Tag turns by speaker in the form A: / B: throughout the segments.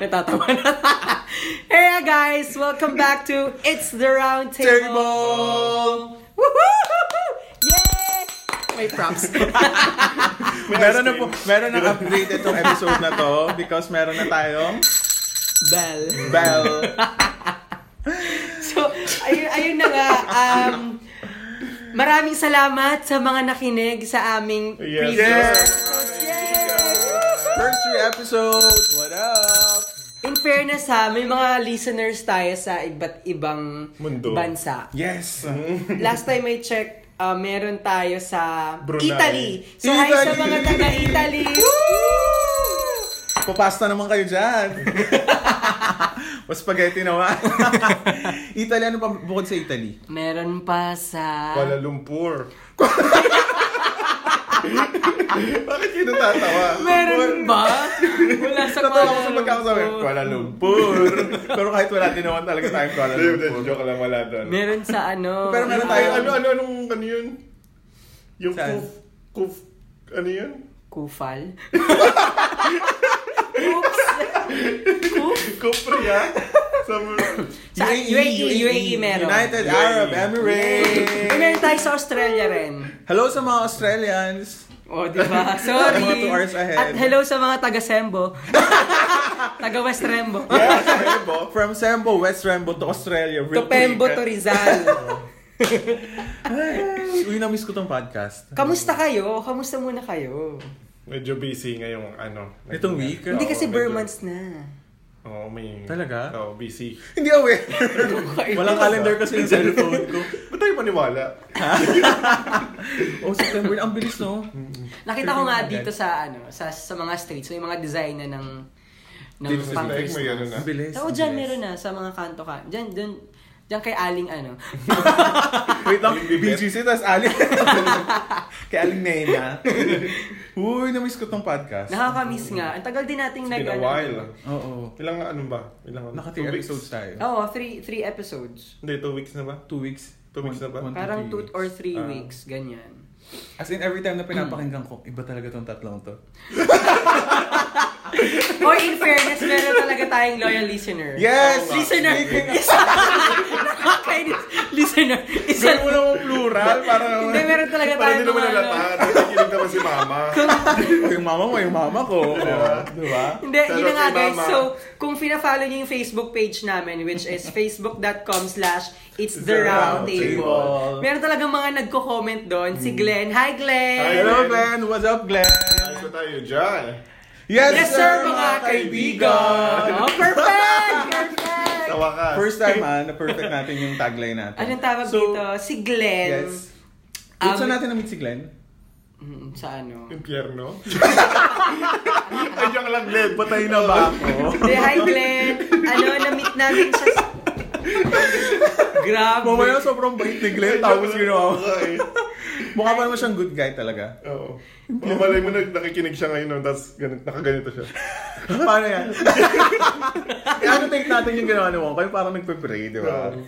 A: natatawa na. hey guys, welcome back to It's the Round Table. Woohoo! Yay! May props.
B: meron na po, meron na upgrade itong episode na to because meron na tayong
A: Bell.
B: bell.
A: So, ayun, ayun na nga. Um, maraming salamat sa mga nakinig sa aming
B: Yes.
A: previous
B: Yes.
A: episodes. Yay!
B: First three episodes. What up?
A: In fairness ha, may mga listeners tayo sa iba't ibang
C: Mundo.
A: bansa.
B: Yes.
A: Last time I checked, uh, meron tayo sa
C: Brunei.
A: Italy. So hi sa
B: Italy!
A: mga taga-Italy.
B: Papasta naman kayo dyan. Mas spaghetti naman. Italy, ano pa bukod sa Italy?
A: meron pa sa...
C: Kuala Lumpur.
B: Bakit kayo natatawa?
A: Meron ba? Wala sa
B: Natatawa
C: Ano
B: ko sa pagkakasabi.
A: Kuala Lumpur.
B: Kuala Lumpur. Pero kahit wala din naman talaga tayong Kuala
C: Hindi,
B: Lumpur.
C: joke lang wala doon.
A: Meron sa ano...
B: Pero meron
A: ah,
B: tayo,
C: ano, ano, anong, ano yun? Yung
B: Saan?
C: kuf, kuf, ano yun?
A: Kufal. Oops. Kuf?
C: Kufriya? Sa,
A: Sa E, UAE, UAE meron.
B: United
C: UAE.
B: Arab
A: Ay,
B: Emirates.
A: Eh, meron tayo sa Australia rin.
B: Hello sa mga Australians.
A: O, di ba? Sorry.
B: Mga two hours ahead.
A: At hello sa mga taga-Sembo. Taga-West Rembo.
C: yes, Rembo.
B: From Sembo, West Rembo to Australia. real
A: To Pembo
B: quick.
A: to Rizal.
B: Ay, Uy, na-miss ko tong podcast.
A: Kamusta kayo? Kamusta muna kayo?
C: Medyo busy ngayong ano.
B: Itong week?
A: Hindi
B: Oo,
A: kasi
C: medyo.
A: bare months na.
C: Oo, may...
B: Talaga?
C: Oo, busy.
B: Hindi aware. Walang calendar kasi yung cellphone ko.
C: Ba't tayo maniwala?
B: Oh, September. Ang bilis, no?
A: Nakita ko nga dito sa ano, sa sa mga streets, may mga design na ng ng
C: Dito sa
A: pang
C: Slack, may ano na.
B: Ang bilis.
A: Oo, dyan meron na sa mga kanto ka. Dyan, dyan, dyan kay Aling ano.
B: Wait lang,
C: Aling Bibet.
B: BGC, tas Aling. Kay Aling Nena. Uy, na-miss ko tong podcast.
A: Nakakamiss nga. Ang tagal din nating
C: It's
A: nag
C: been a while.
B: Oo.
C: Ilang ano ba? Ilang
B: Naka
C: two
B: 3
C: weeks?
B: episodes tayo.
A: Oo, three, three episodes.
C: Hindi, two weeks na ba?
B: 2 weeks.
C: Two weeks na ba?
B: One to
A: Parang two
B: three
A: or
B: weeks.
A: three
C: Ah.
A: weeks, ganyan.
B: As in, every time na pinapakinggan ko, iba talaga tong tatlong to.
A: Or in fairness, meron talaga tayong loyal listener. Oh,
B: Yes!
A: Listener! Isa! Nakakainis. listener! Isa!
B: Gawin mo naman plural. Para
A: Hindi, meron talaga
C: Parang
A: tayong
C: hindi naman
A: mga ano.
C: nalata. Nakikinig naman si mama.
B: O, yung mama mo, yung mama ko.
C: Diba?
B: Diba?
A: Hindi, yun na
C: Pero
A: nga
C: kay
A: guys.
C: Mama.
A: So, kung fina-follow niyo yung Facebook page namin, which is facebook.com slash it's the round table. Meron talagang mga nagko-comment doon. Si Glenn. Hi, Glenn!
C: Hi,
B: Hello, Glenn. What's up, Glenn?
C: Ayos na tayo dyan.
A: Yes, sir, mga kaibigan! Oh, perfect! Perfect!
C: Sa wakas.
B: First time ah, na-perfect natin yung tagline natin.
A: Anong tawag
B: So,
A: dito? Si Glenn.
B: Yes.
A: Ano Um,
B: Gusto natin na-meet si Glenn?
A: Mm, Sa ano?
C: Impyerno. Ay, joke lang, Ned. Patay na
B: Ba
C: ba?
B: ako?
A: Hindi, hi Glenn. Ano, na-meet namin siya sa... Grabe.
B: Mamaya sobrang bait ni Glenn, tapos ginawa mo.
C: Okay.
B: Mukha pa naman siyang good guy talaga.
C: Oo. Mamalay mo na nakikinig siya ngayon, no? tapos ganun, nakaganito siya.
B: Paano yan? Eh, ano take natin yung ginawa ni Wong? Kayo parang nagpe-pray, di ba?
C: Oo.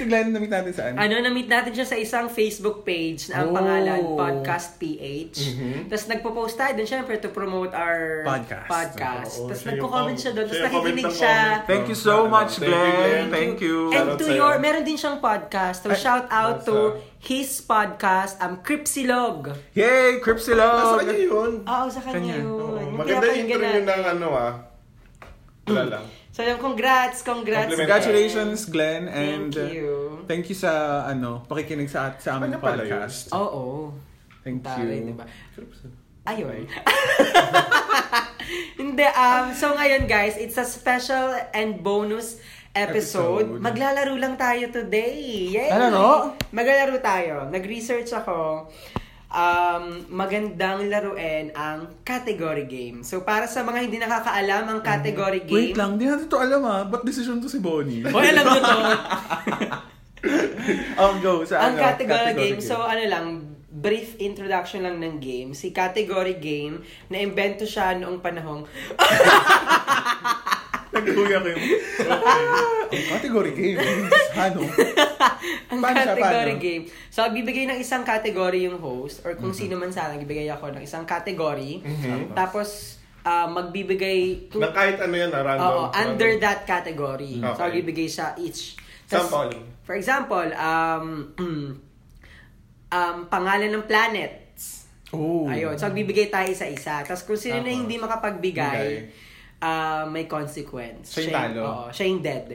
B: si Glenn, na-meet natin saan?
A: Ano, na-meet natin siya sa isang Facebook page na ang
B: Oh.
A: pangalan, Podcast PH.
C: Mm-hmm.
A: Tapos nagpo-post tayo doon, syempre, to promote our
B: Podcast.
A: podcast.
C: Oo,
A: Tapos
C: siya yung
A: nagko-comment
C: com-
A: siya doon, tapos
C: siya yung comment
A: nakikinig
C: ng
A: siya.
C: comment.
B: Thank you so much,
C: Thank you,
B: Glenn.
C: Glenn.
B: Thank you.
A: And
C: Shoutout
A: to
C: sa'yo.
A: your, meron din siyang podcast. So,
B: Ay,
A: shout out
C: nasa-
A: to his podcast, um, Cripsilog.
B: Yay,
C: Nasa
B: Cripsilog!
C: kanya yun.
A: Oo, sa kanya,
B: Kanya.
A: yun.
C: Oo.
A: Yung Mm.
C: Maganda yung
A: pinapakinggan
C: intro yun
A: natin.
C: ng ano ah. Wala lang.
A: So, yung congrats, congrats.
C: Compliment.
B: Congratulations, Glenn. And
A: Thank you.
B: uh, thank you sa ano, pakikinig sa, at- sa aming
C: Ano pala yun?
B: podcast.
A: Oo.
B: Thank
A: Taray,
B: you.
A: diba? Ayun.
B: Mm-hmm.
A: Hindi, um, so ngayon guys, it's a special and bonus episode.
B: Episode. Ano,
A: Maglalaro lang tayo today. Yay!
B: Lalaro?
A: Maglalaro tayo. Nag-research ako. Um, magandang laruin ang category game. So para sa mga hindi nakakaalam ang category game.
B: Mm-hmm. Wait lang, di natin to alam ah. Ba't decision to si Bonnie?
A: Hoy, alam nyo to.
B: Ang go sa
A: ang
B: ano,
A: category, game, so ano lang, brief introduction lang ng game. Si category game, na-invento siya noong panahong,
B: Nagkuya ko yung... Ang category game. Ano?
A: ang
B: Paano siya,
A: category
B: paano?
A: game. So, bibigay ng isang
B: Mhm.
A: category yung host, or kung sino man sana, bibigay ako ng isang category. Tapos, ah, magbibigay to,
C: Na kahit ano yan, ah, random.
A: Oo, under
B: ano.
A: that category. So,
C: Okay.
A: ibigay siya each. Tas,
C: Sample.
A: For example, um, um, pangalan ng planets.
B: Oh.
A: Ayun. So, bibigay tayo isa-isa. Tapos kung sino na
C: Tama.
A: hindi makapagbigay, ah, may consequence.
B: Siya yung talo.
A: oo, siya yung dead.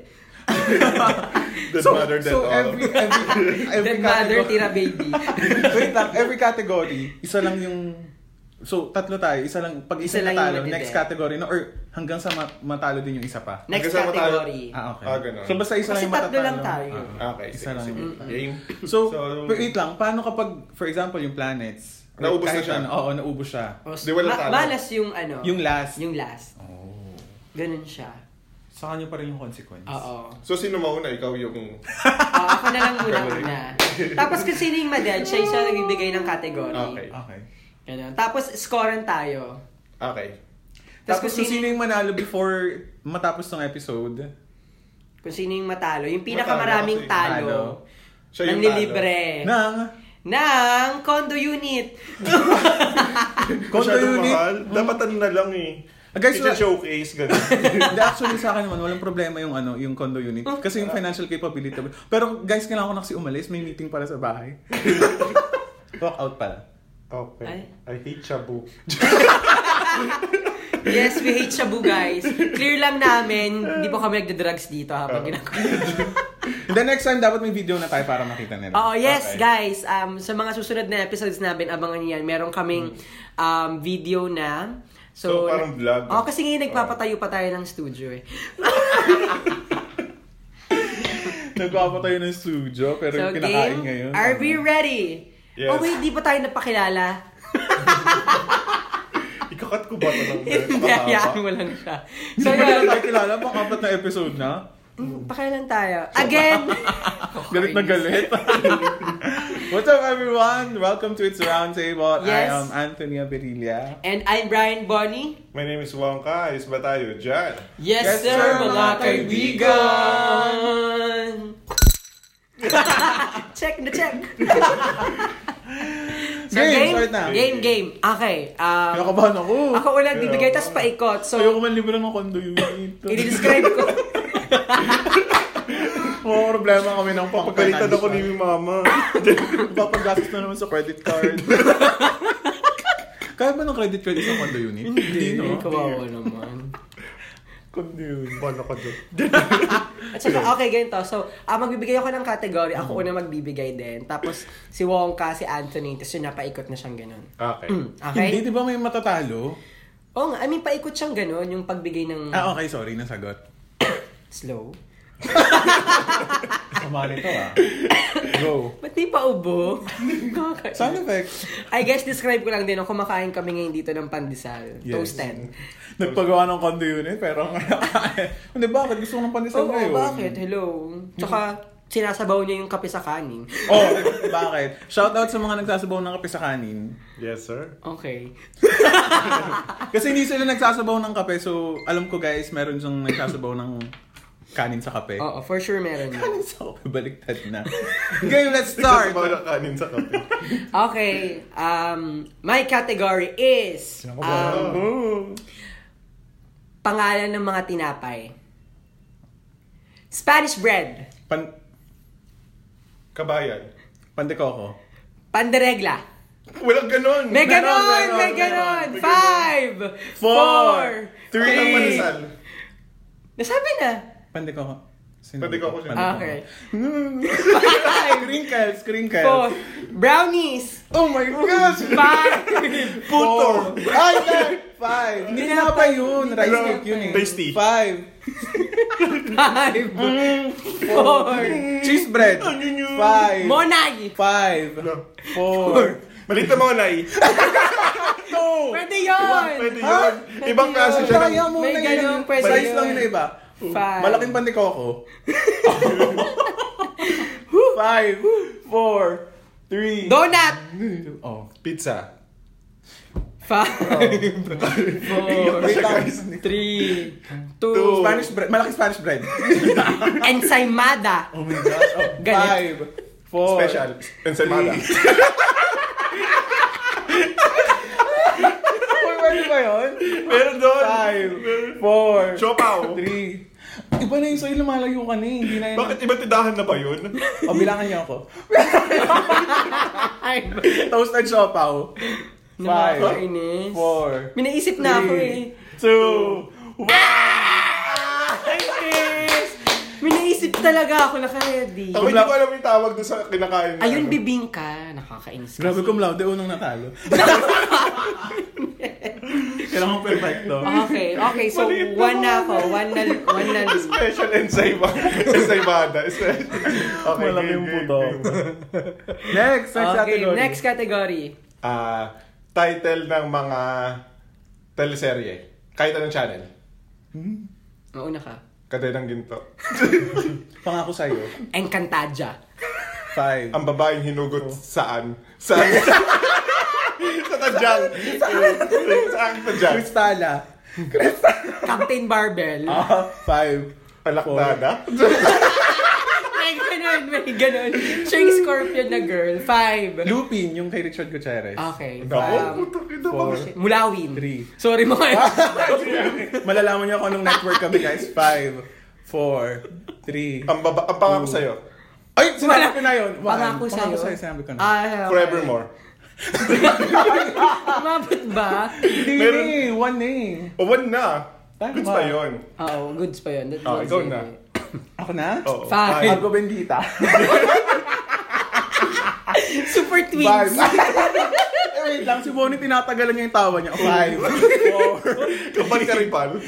C: Good
B: so,
C: mother, dead
B: so
C: all.
B: every, every, every
A: dead mother,
B: category-
A: tira baby.
B: Wait lang, every category, isa lang yung... So, tatlo tayo. Isa lang, pag isa,
A: Isa lang yung
B: natalo,
A: madede.
B: next category na, or hanggang sa ma- matalo din yung isa pa.
A: Next
C: Kasama tayo.
A: category.
B: Ah, okay.
C: Ah, ganun.
B: So, basta isa
A: Kasi
B: lang yung
A: tatlo
B: matatalo.
A: lang tayo.
B: Ah,
C: Okay,
B: isa lang.
C: sige. Game.
B: So, pero wait lang, paano kapag, for example, yung planets, or
C: Naubos na
B: kahit
C: siya.
B: ano, Oo, naubos siya.
A: O,
C: Di wala talo.
A: balas yung ano.
B: Yung last.
A: Yung last.
B: Oh.
A: Ganun siya.
B: Sa kanya pa rin yung consequence.
A: Oo.
C: So, sino mauna? Ikaw yung...
A: Ah, ako na lang muna una. Tapos kung sino yung madad, siya yung siya nagbibigay ng category.
C: Okay.
B: Okay.
A: Ganun. Tapos scorean tayo.
C: Okay.
A: Tapos
B: Tapos
A: kung
B: kung sino yung manalo before matapos ng episode,
A: Kung sino yung matalo, yung pinakamaraming
B: Matalo,
A: talo,
C: Siya yung
A: nanlilibre
B: ng
A: ng condo unit.
B: condo
C: Masyadong
B: unit.
C: mahal. Dapat ano na lang eh.
B: eh. Mm. Ah, guys,
C: Kitchen
B: wala-
C: showcase, ganun.
B: Hindi, actually sa akin naman, walang problema yung ano, yung condo unit. Kasi yung financial capability. Pero guys, kailangan ko na kasi umalis. May meeting para sa bahay. Walk out pala.
C: Okay.
A: Ay.
C: I hate shabu.
A: Yes, we hate shabu guys. Clear lang namin, hindi po kami nagda-drugs dito habang ginagawa.
B: Then next time, dapat may video na tayo para makita nila.
A: Oo, Oh, yes
C: Okay.
A: guys, um, sa mga susunod na episodes namin, abangan niyo yan. Meron kaming um, video na. So,
C: So, parang vlog.
A: Oo, kasi ngayon nagpapatayo pa tayo ng studio eh.
B: Nagpapa tayo ng studio, pero yung kinakain ngayon.
A: Are we ready?
C: Yes.
A: Oh wait, di pa tayo napakilala.
C: Ikakat ko ba ito lang?
A: Hindi, hayaan mo lang siya. So
B: So,
A: yun,
B: tayo kilala, pang apat na episode na.
A: mm, pakilan tayo. Again!
B: Galit na galit. What's up everyone? Welcome to It's Roundtable. I
A: Yes.
B: am Anthony Aberilia.
A: And I'm Brian Bonnie.
C: My name is Wongka. Ayos ba tayo dyan?
A: Yes,
B: sir, mga kaibigan!
A: check na check! so,
B: Game,
A: game,
B: start na.
A: game, game. Okay. Um,
B: Kinakabahan ako.
A: ako ulang bibigay, tapos paikot.
B: So,
A: So,
B: Ayoko man libre ng condo unit.
A: i-describe ko.
B: Oo, problema kami ng pang
C: Pagalitan ako ni mama.
B: Papagastos na naman sa credit card. Kaya ba ng credit card sa condo unit? Hindi, no?
A: Kawawa naman.
C: Kundi yun. Bala ka dyan.
A: At saka, okay, ganito. So, ah, magbibigay ako ng category.
B: Mm-hmm.
A: Ako una magbibigay din. Tapos, si Wongka, si Anthony. Tapos yun, napaikot na siyang ganun.
C: Okay.
A: Okay?
B: Hindi, di ba may matatalo?
A: Oo nga, I mean, paikot siyang ganun. Yung pagbigay ng
B: Ah, okay, sorry, nasagot.
A: slow.
B: Sama nito ah. Go.
A: Ba't di pa ubo? Okay.
B: Sound effects.
A: I guess, describe ko lang din. Nung kumakain kami ngayon dito ng pandesal.
B: Yes.
A: Toasted.
B: Nagpagawa ng condo unit, pero Hindi, bakit? Gusto ko ng pandesal
A: Oo,
B: ngayon.
A: bakit? Hello. Tsaka, sinasabaw niya yung kape sa kanin.
B: Oh, bakit? Shoutout sa mga nagsasabaw ng kape sa kanin.
C: Yes, sir.
A: Okay.
B: Kasi hindi sila nagsasabaw ng kape, so alam ko guys, meron siyang nagsasabaw ng kanin sa kape.
A: Oo, for sure meron yun.
B: Kanin sa kape, baliktad na. Game, let's start!
C: Ikaw sa kanin sa kape.
A: Okay, um, my category is um,
B: Oh.
A: pangalan ng mga tinapay. Spanish bread,
B: Pan
C: Kabayan.
B: pandekoko.
A: panderegla.
C: Walang ganon.
A: May
B: Meron,
A: ganon,
B: meron,
A: may
B: meron.
A: ganon.
C: May ganon.
A: Five, four,
C: Three ng
A: three.
C: manasal.
A: Nasabi na.
B: Pandekoko. Sino-
C: Pandekoko siya.
B: Pandekoko.
A: Okay. Five,
B: Crinkles, crinkles.
A: four, brownies.
B: Oh my gosh!
A: Five,
B: Puto! Ay, ay, Five! Hindi na pa yun. Rice
A: Hindi
B: cake yun eh.
C: Tasty.
B: Five.
A: five, four,
B: Cheese bread.
C: yun yun?
B: Five.
A: monay.
B: Five.
C: Ano?
B: Four.
C: Malita mga nai.
B: Two.
A: Pwede yun.
C: Pwede
B: Ha?
C: yun. Ibang
A: Pwede
C: klase
A: yun.
C: siya
B: Oh, Kaya
C: ng...
B: mo
A: May
B: na
A: ganun,
B: yun.
A: pwede
B: Size
A: yun.
B: lang yun na iba.
A: Five.
B: Malaking pandikoko. Five. Four. Three.
A: Donut.
B: two, Oh.
C: Pizza.
A: Five, four,
B: Wait lang.
A: three,
C: Two.
A: two,
B: Spanish bread. Malaking Spanish bread.
A: ensaymada.
B: Oh my gosh. Oh,
A: Galit.
B: five. Four.
C: Special. Ensalada.
B: Four, five, five, yun?
C: Meron doon.
B: Five,
C: Meron.
B: four,
C: Chopaw.
B: three. Iba na yun sa'yo, lumalayo ka na eh. Hindi na yun.
C: Bakit iba tindahan na ba yun?
B: O, bilangan niyo ako. Toast and Chopaw. Five,
A: Nakakainis.
B: four,
A: May naisip na ako eh.
B: three, two,
A: May naisip talaga ako, naka-ready.
C: Ako hindi ko alam yung tawag doon sa kinakain. na
A: Ayun,
C: ano.
A: bibingka. Nakakainis.
B: Grabe cum laude, unang natalo. Kailangan perfecto.
A: Okay, okay. So,
C: Maliit na
A: one
C: mga-
A: na ako. One na, one na lose.
C: Special ensaymada. Ensaymada. Special. Okay,
B: Malaki
C: game,
B: yung
C: game,
B: puto.
C: game.
B: Next, next
A: Okay,
B: category.
A: next category.
C: Ah, title ng mga teleserye. Kahit anong channel.
A: Mauna ka.
C: Katay ng ginto.
B: Pangako sa'yo.
A: Encantadia.
B: Five.
C: Ang babaeng hinugot
B: Oh.
C: saan? Saan? sa tadyang. Saan sa tadyang?
B: Kristala.
A: Captain Barbell.
B: Ah, five.
C: Palaktada?
A: May ganun, may ganun. Siya yung scorpion na girl. Five.
B: Lupin, yung kay Richard Gutierrez.
A: Okay.
C: Ako?
A: Um,
C: Puto kina
B: Four.
C: bakit?
A: Mulawin.
B: Three.
A: Sorry mga
B: Malalaman niyo kung anong network kami, guys. Five, four, three.
C: Ang baba, ang pangako
B: Two.
C: sa'yo.
B: Ay, sinabi ko na yun. One.
A: Pangako sa'yo.
B: Pangako sa'yo, sinabi ko na.
A: Ah, okay.
C: Forevermore.
A: Umabot ba?
B: Hindi,
C: meron-
B: eh. One eh.
C: O, one na.
B: Tama.
C: Goods pa yun.
A: Oo, goods pa yun. That
C: Oh,
A: was
C: ikaw
A: it.
C: na.
B: Ako na?
C: Oo.
A: Five.
B: Argo Bendita.
A: Super
B: Five.
A: twins.
B: eh, wait lang. Si Bonnie, tinatagalan niya yung tawa niya. Five. Four.
C: Kapal ka rin, pal.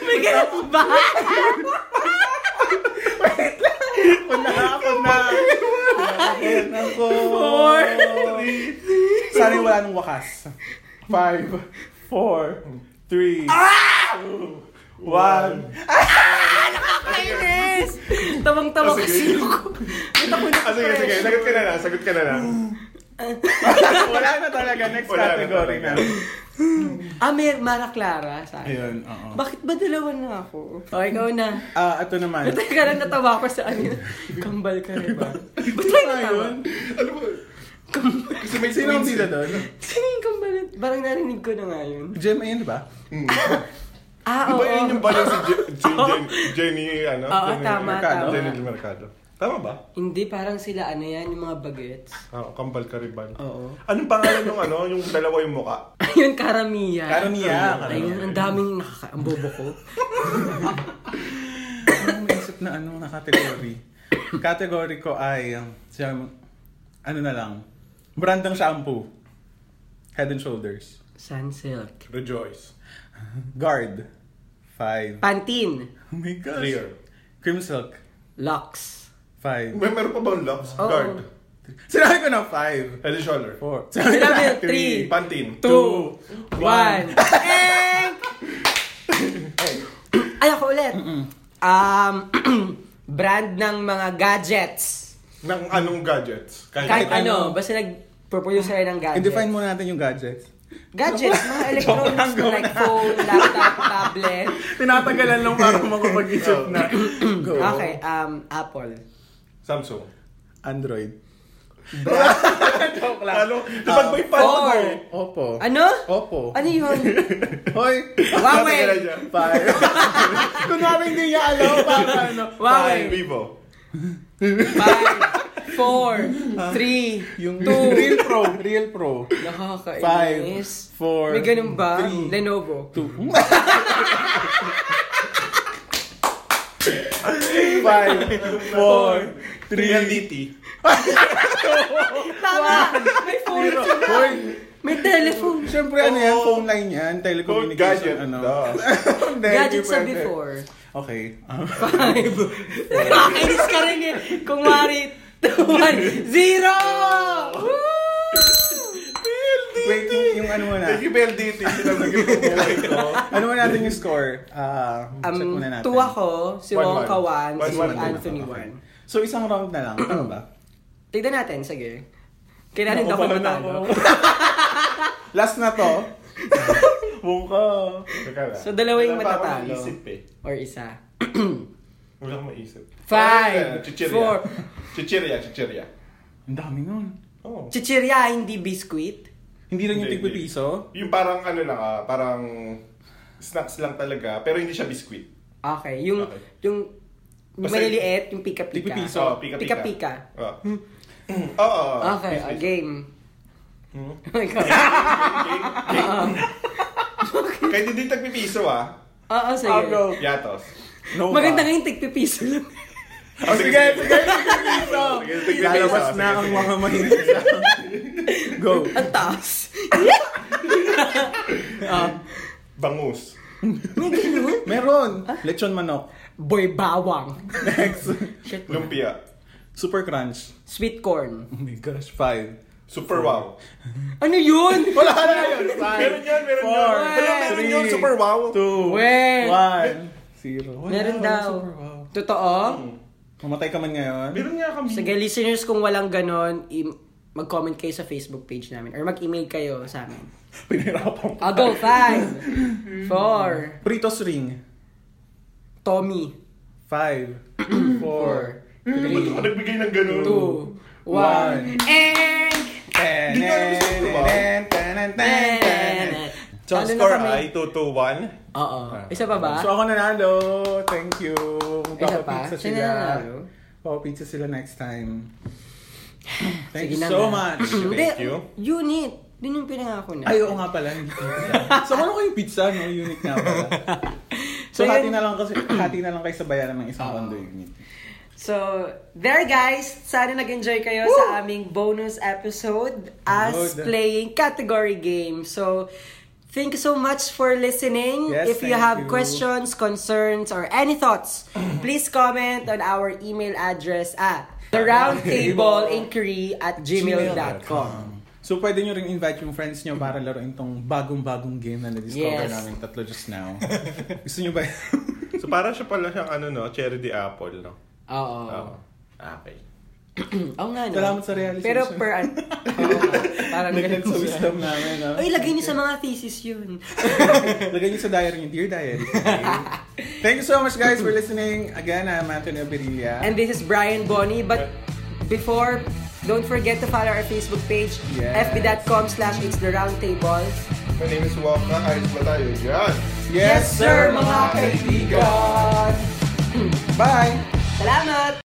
A: May ganun ba?
B: Ako na, ako na. Ako. Four. Sana yung wala nung wakas. Five. Four. Three. Ah! two, One.
A: Kainis! Tawang-tawa
C: Ah,
A: kasi
C: sige.
A: ako.
C: Ah, sige, sige. Sagot ka na na. Sagot ka na na.
B: Wala na talaga. Next
C: Wala na
B: category na.
C: talaga.
A: Ah, may Mara Clara sa akin.
B: Ayun, oo.
A: Bakit ba dalawa na ako? O, ikaw na.
B: Ah, ito naman.
A: Ba't ka lang natawa ko sa ano? Kambal ka rin ba? Ba't tayo natawa?
C: Alam mo,
A: Kambal.
C: kasi may
B: Sino ang
C: twins
B: sila
C: eh.
B: doon?
A: Sino yung kambal? Parang narinig ko na nga yun.
B: Gem, ayun, di ba?
A: Ah,
C: Di
A: oo.
C: ba yun yung balance si Je- si Jen- Jenny, ano?
A: Oo,
C: Jenny
A: tama,
C: Mercado?
A: tama.
C: Jenny Del Mercado. Tama ba?
A: Hindi, parang sila ano yan, yung mga bagets.
C: Oo, Kambal Karibal.
A: Oo.
C: Anong pangalan nung ano, yung dalawa yung muka?
A: Ayun, karamiya.
B: Karamiya,
A: Ayun, ang daming nakaka... Ang bobo ko.
B: Parang may isip na ano na category. category ko ay, um, siya, ano na lang, brand ng shampoo. Head and Shoulders.
A: Sunsilk.
C: Rejoice.
B: Guard. Five.
A: Pantene.
B: Oh my gosh.
C: Clear.
B: Cream Silk.
A: Lux.
B: Five.
C: May meron pa bang locks?
A: Oo.
C: Guard.
B: Oh Sinabi ko na five.
C: Head and shoulder.
B: Four.
A: Sinabi,
B: na
A: three.
C: Pantin.
B: Two.
A: One. And... Ay, ako ulit. Um, brand ng mga gadgets.
C: Ng anong gadgets?
A: Kahit
B: Kahit
A: ano,
B: ano.
A: basta nag-propose sila ng gadgets.
B: I-define muna natin yung gadgets.
A: Gadgets, mga electronics
B: Joke lang,
A: na
B: joke
A: like
B: lang.
A: phone, laptop, tablet.
B: Tinatagalan lang para makapag-isip na. Go.
A: Okay, um, Apple.
C: ano. Samsung.
B: Android. Joke lang.
C: Ano? Kapag may pan
A: Ah. Four.
B: Opo.
A: Ano?
B: Opo.
A: Ano yun?
B: Hoy.
A: Huawei!
B: Five. Kunwari hindi niya alam para ano.
A: Huawei!
C: Huawei. Vivo.
A: Five, four, three,
B: Yung
A: two.
B: real pro. Real pro.
A: Nakakainis.
B: Five, four,
A: May ganun ba?
B: three.
A: Lenovo.
B: Two. Five, four, three,
C: LDT.
A: Tama! May phone sila.
B: Hoy,
A: May telephone.
B: Siyempre, ano yan?
C: Oh.
B: Phone line yan.
C: Phone
B: Telecommunication.
C: gadget.
B: Ano.
C: Duh.
B: Hindi,
A: Gadget
B: hindi
A: sa
B: pwede.
A: before.
B: Okay.
A: Five. Nakakainis ka rin eh. Kung mari, two, one, zero! Woo!
B: Wait, yung, yung ano muna.
C: Thank you, Bell DT. Sinabi ko yung buhay ko.
B: Ano muna natin yung score? Ah, check
A: Um,
B: muna natin.
A: two ako, si
C: One,
A: Wong
C: one.
A: Kawan,
C: One,
A: si
C: one, one.
A: Anthony
B: Okay.
A: Wan.
B: So, isang round na lang. Tama ba?
A: Tignan natin, sige. Kailangan daw
B: Ako
A: ko
B: pala na
A: matalo.
B: ako. Last na to. Mungka.
C: Teka lang.
A: So, dalawa yung
C: Wala pa akong
A: matatalo.
C: naisip eh.
A: Or isa.
C: Wala akong maisip.
A: Five,
C: Chichirya.
A: four.
C: Chichirya, chichirya.
B: Ang dami nun.
C: Oo.
A: Chichirya, hindi biscuit.
B: Hindi lang yung
C: Hindi,
B: tigpi
C: hindi.
B: piso.
C: Yung parang ano lang ah, parang snacks lang talaga, pero hindi siya biskwit.
A: Okay, yung,
C: Okay.
A: yung
C: Basta-
A: maliliit, yung pika-pika.
B: Tigpipiso.
C: So, pika-pika.
A: Pika-pika.
C: Oo. Oo.
B: Oh,
A: Okay, a game. Oh,
C: Hmm?
A: Ikaw.
C: Kahit hindi tagpipiso ah.
A: Oo,
B: Ah,
A: sige.
B: go.
C: Yatos.
B: No
A: Maganda nga
B: ba?
A: yung tigpipiso lang.
B: Oh, sige, sige, tigpipiso.
C: Sige, tigpipiso.
B: Lalabas
C: Sige,
B: na ang
C: sige.
B: mga mahilig sa Go.
A: Ang taas. Ah,
C: Bangus.
A: may ganun?
B: Meron. Lechon manok.
A: Boy bawang.
B: Next.
A: Shit.
C: Lumpia.
B: Super crunch.
A: Sweet corn.
B: Oh my gosh, five.
C: Super wow.
A: Ano yun?
B: Wala na yun. Five.
C: Meron yun, meron
B: four,
C: yun. Wala, meron yun,
B: three,
C: super wow.
B: Two.
A: Well.
B: One. Zero. Wala,
A: Meron
B: wala,
A: daw.
B: super wow.
A: Totoo?
B: Mamatay ka man ngayon.
C: Meron nga kami.
A: Sige,
B: Mm.
A: listeners, kung walang ganon, i- mag-comment kayo sa Facebook page namin or mag-email kayo sa amin.
B: Pinirapan
A: I'll go. Five. Four.
B: Pritos ring.
A: Tommy.
B: Five. four.
C: Ba't
A: Three.
C: ako nagbigay ng ganun?
A: Two.
B: One.
A: One. And...
C: Di ko alam sa super wow.
B: So,
A: Talo Ano na
C: Score
A: kami.
C: ay 2 to 1.
A: Oo. Isa pa ba?
B: Ah. So ako nanalo. Thank you.
A: Isa
B: Baka
A: pa?
B: pizza
A: Sino
B: sila.
A: nanalo?
B: Baka pizza sila next time.
A: Sige
B: Thank you
A: na
B: so
A: nga.
B: much.
A: Hindi,
C: you.
A: unit. Yun yung pinangako na.
B: Ay, oo nga pala. hindi pizza. so, ano ko yung pizza, no? Unique nga pala. So,
A: So,
B: hati
A: yun-
B: na lang kasi, hati na lang kayo sa bayaran ng isang condo unit.
A: So, there guys! Sana nag-enjoy kayo sa aming bonus episode as
B: Good.
A: playing category game. So, thank you so much for listening.
B: Yes,
A: if you
B: thank
A: have
B: you.
A: questions, concerns, or any thoughts, please comment on our email address at theroundtableinquiry at gmail.com.
B: So, pwede nyo rin invite yung friends nyo para laruin tong bagong-bagong game na na-discover
A: Yes.
B: namin tatlo just now. Gusto nyo ba?
C: So para siya pala siyang ano no, cherry di apple no.
A: Oo.
C: Oo. Ah, Okay.
A: Oo nga, no?
B: Salamat sa realization.
A: Pero per... an- Oo nga. Parang ganun
B: Nagkat sa
A: siya.
B: wisdom namin, no?
A: Ay, lagay niyo sa mga thesis yun.
B: Lagay nyo sa diary nyo. Dear diary. Thank you so much, guys, for listening. Again, I'm Anthony Oberilla.
A: And this is Brian Bonnie. But before, don't forget to follow our Facebook page,
B: Yes.
A: fb.com slash it's the roundtable.
C: My name is Waka. Ayos ba tayo dyan?
A: Yes, sir, mga kaibigan.
B: Bye!
A: Salamat!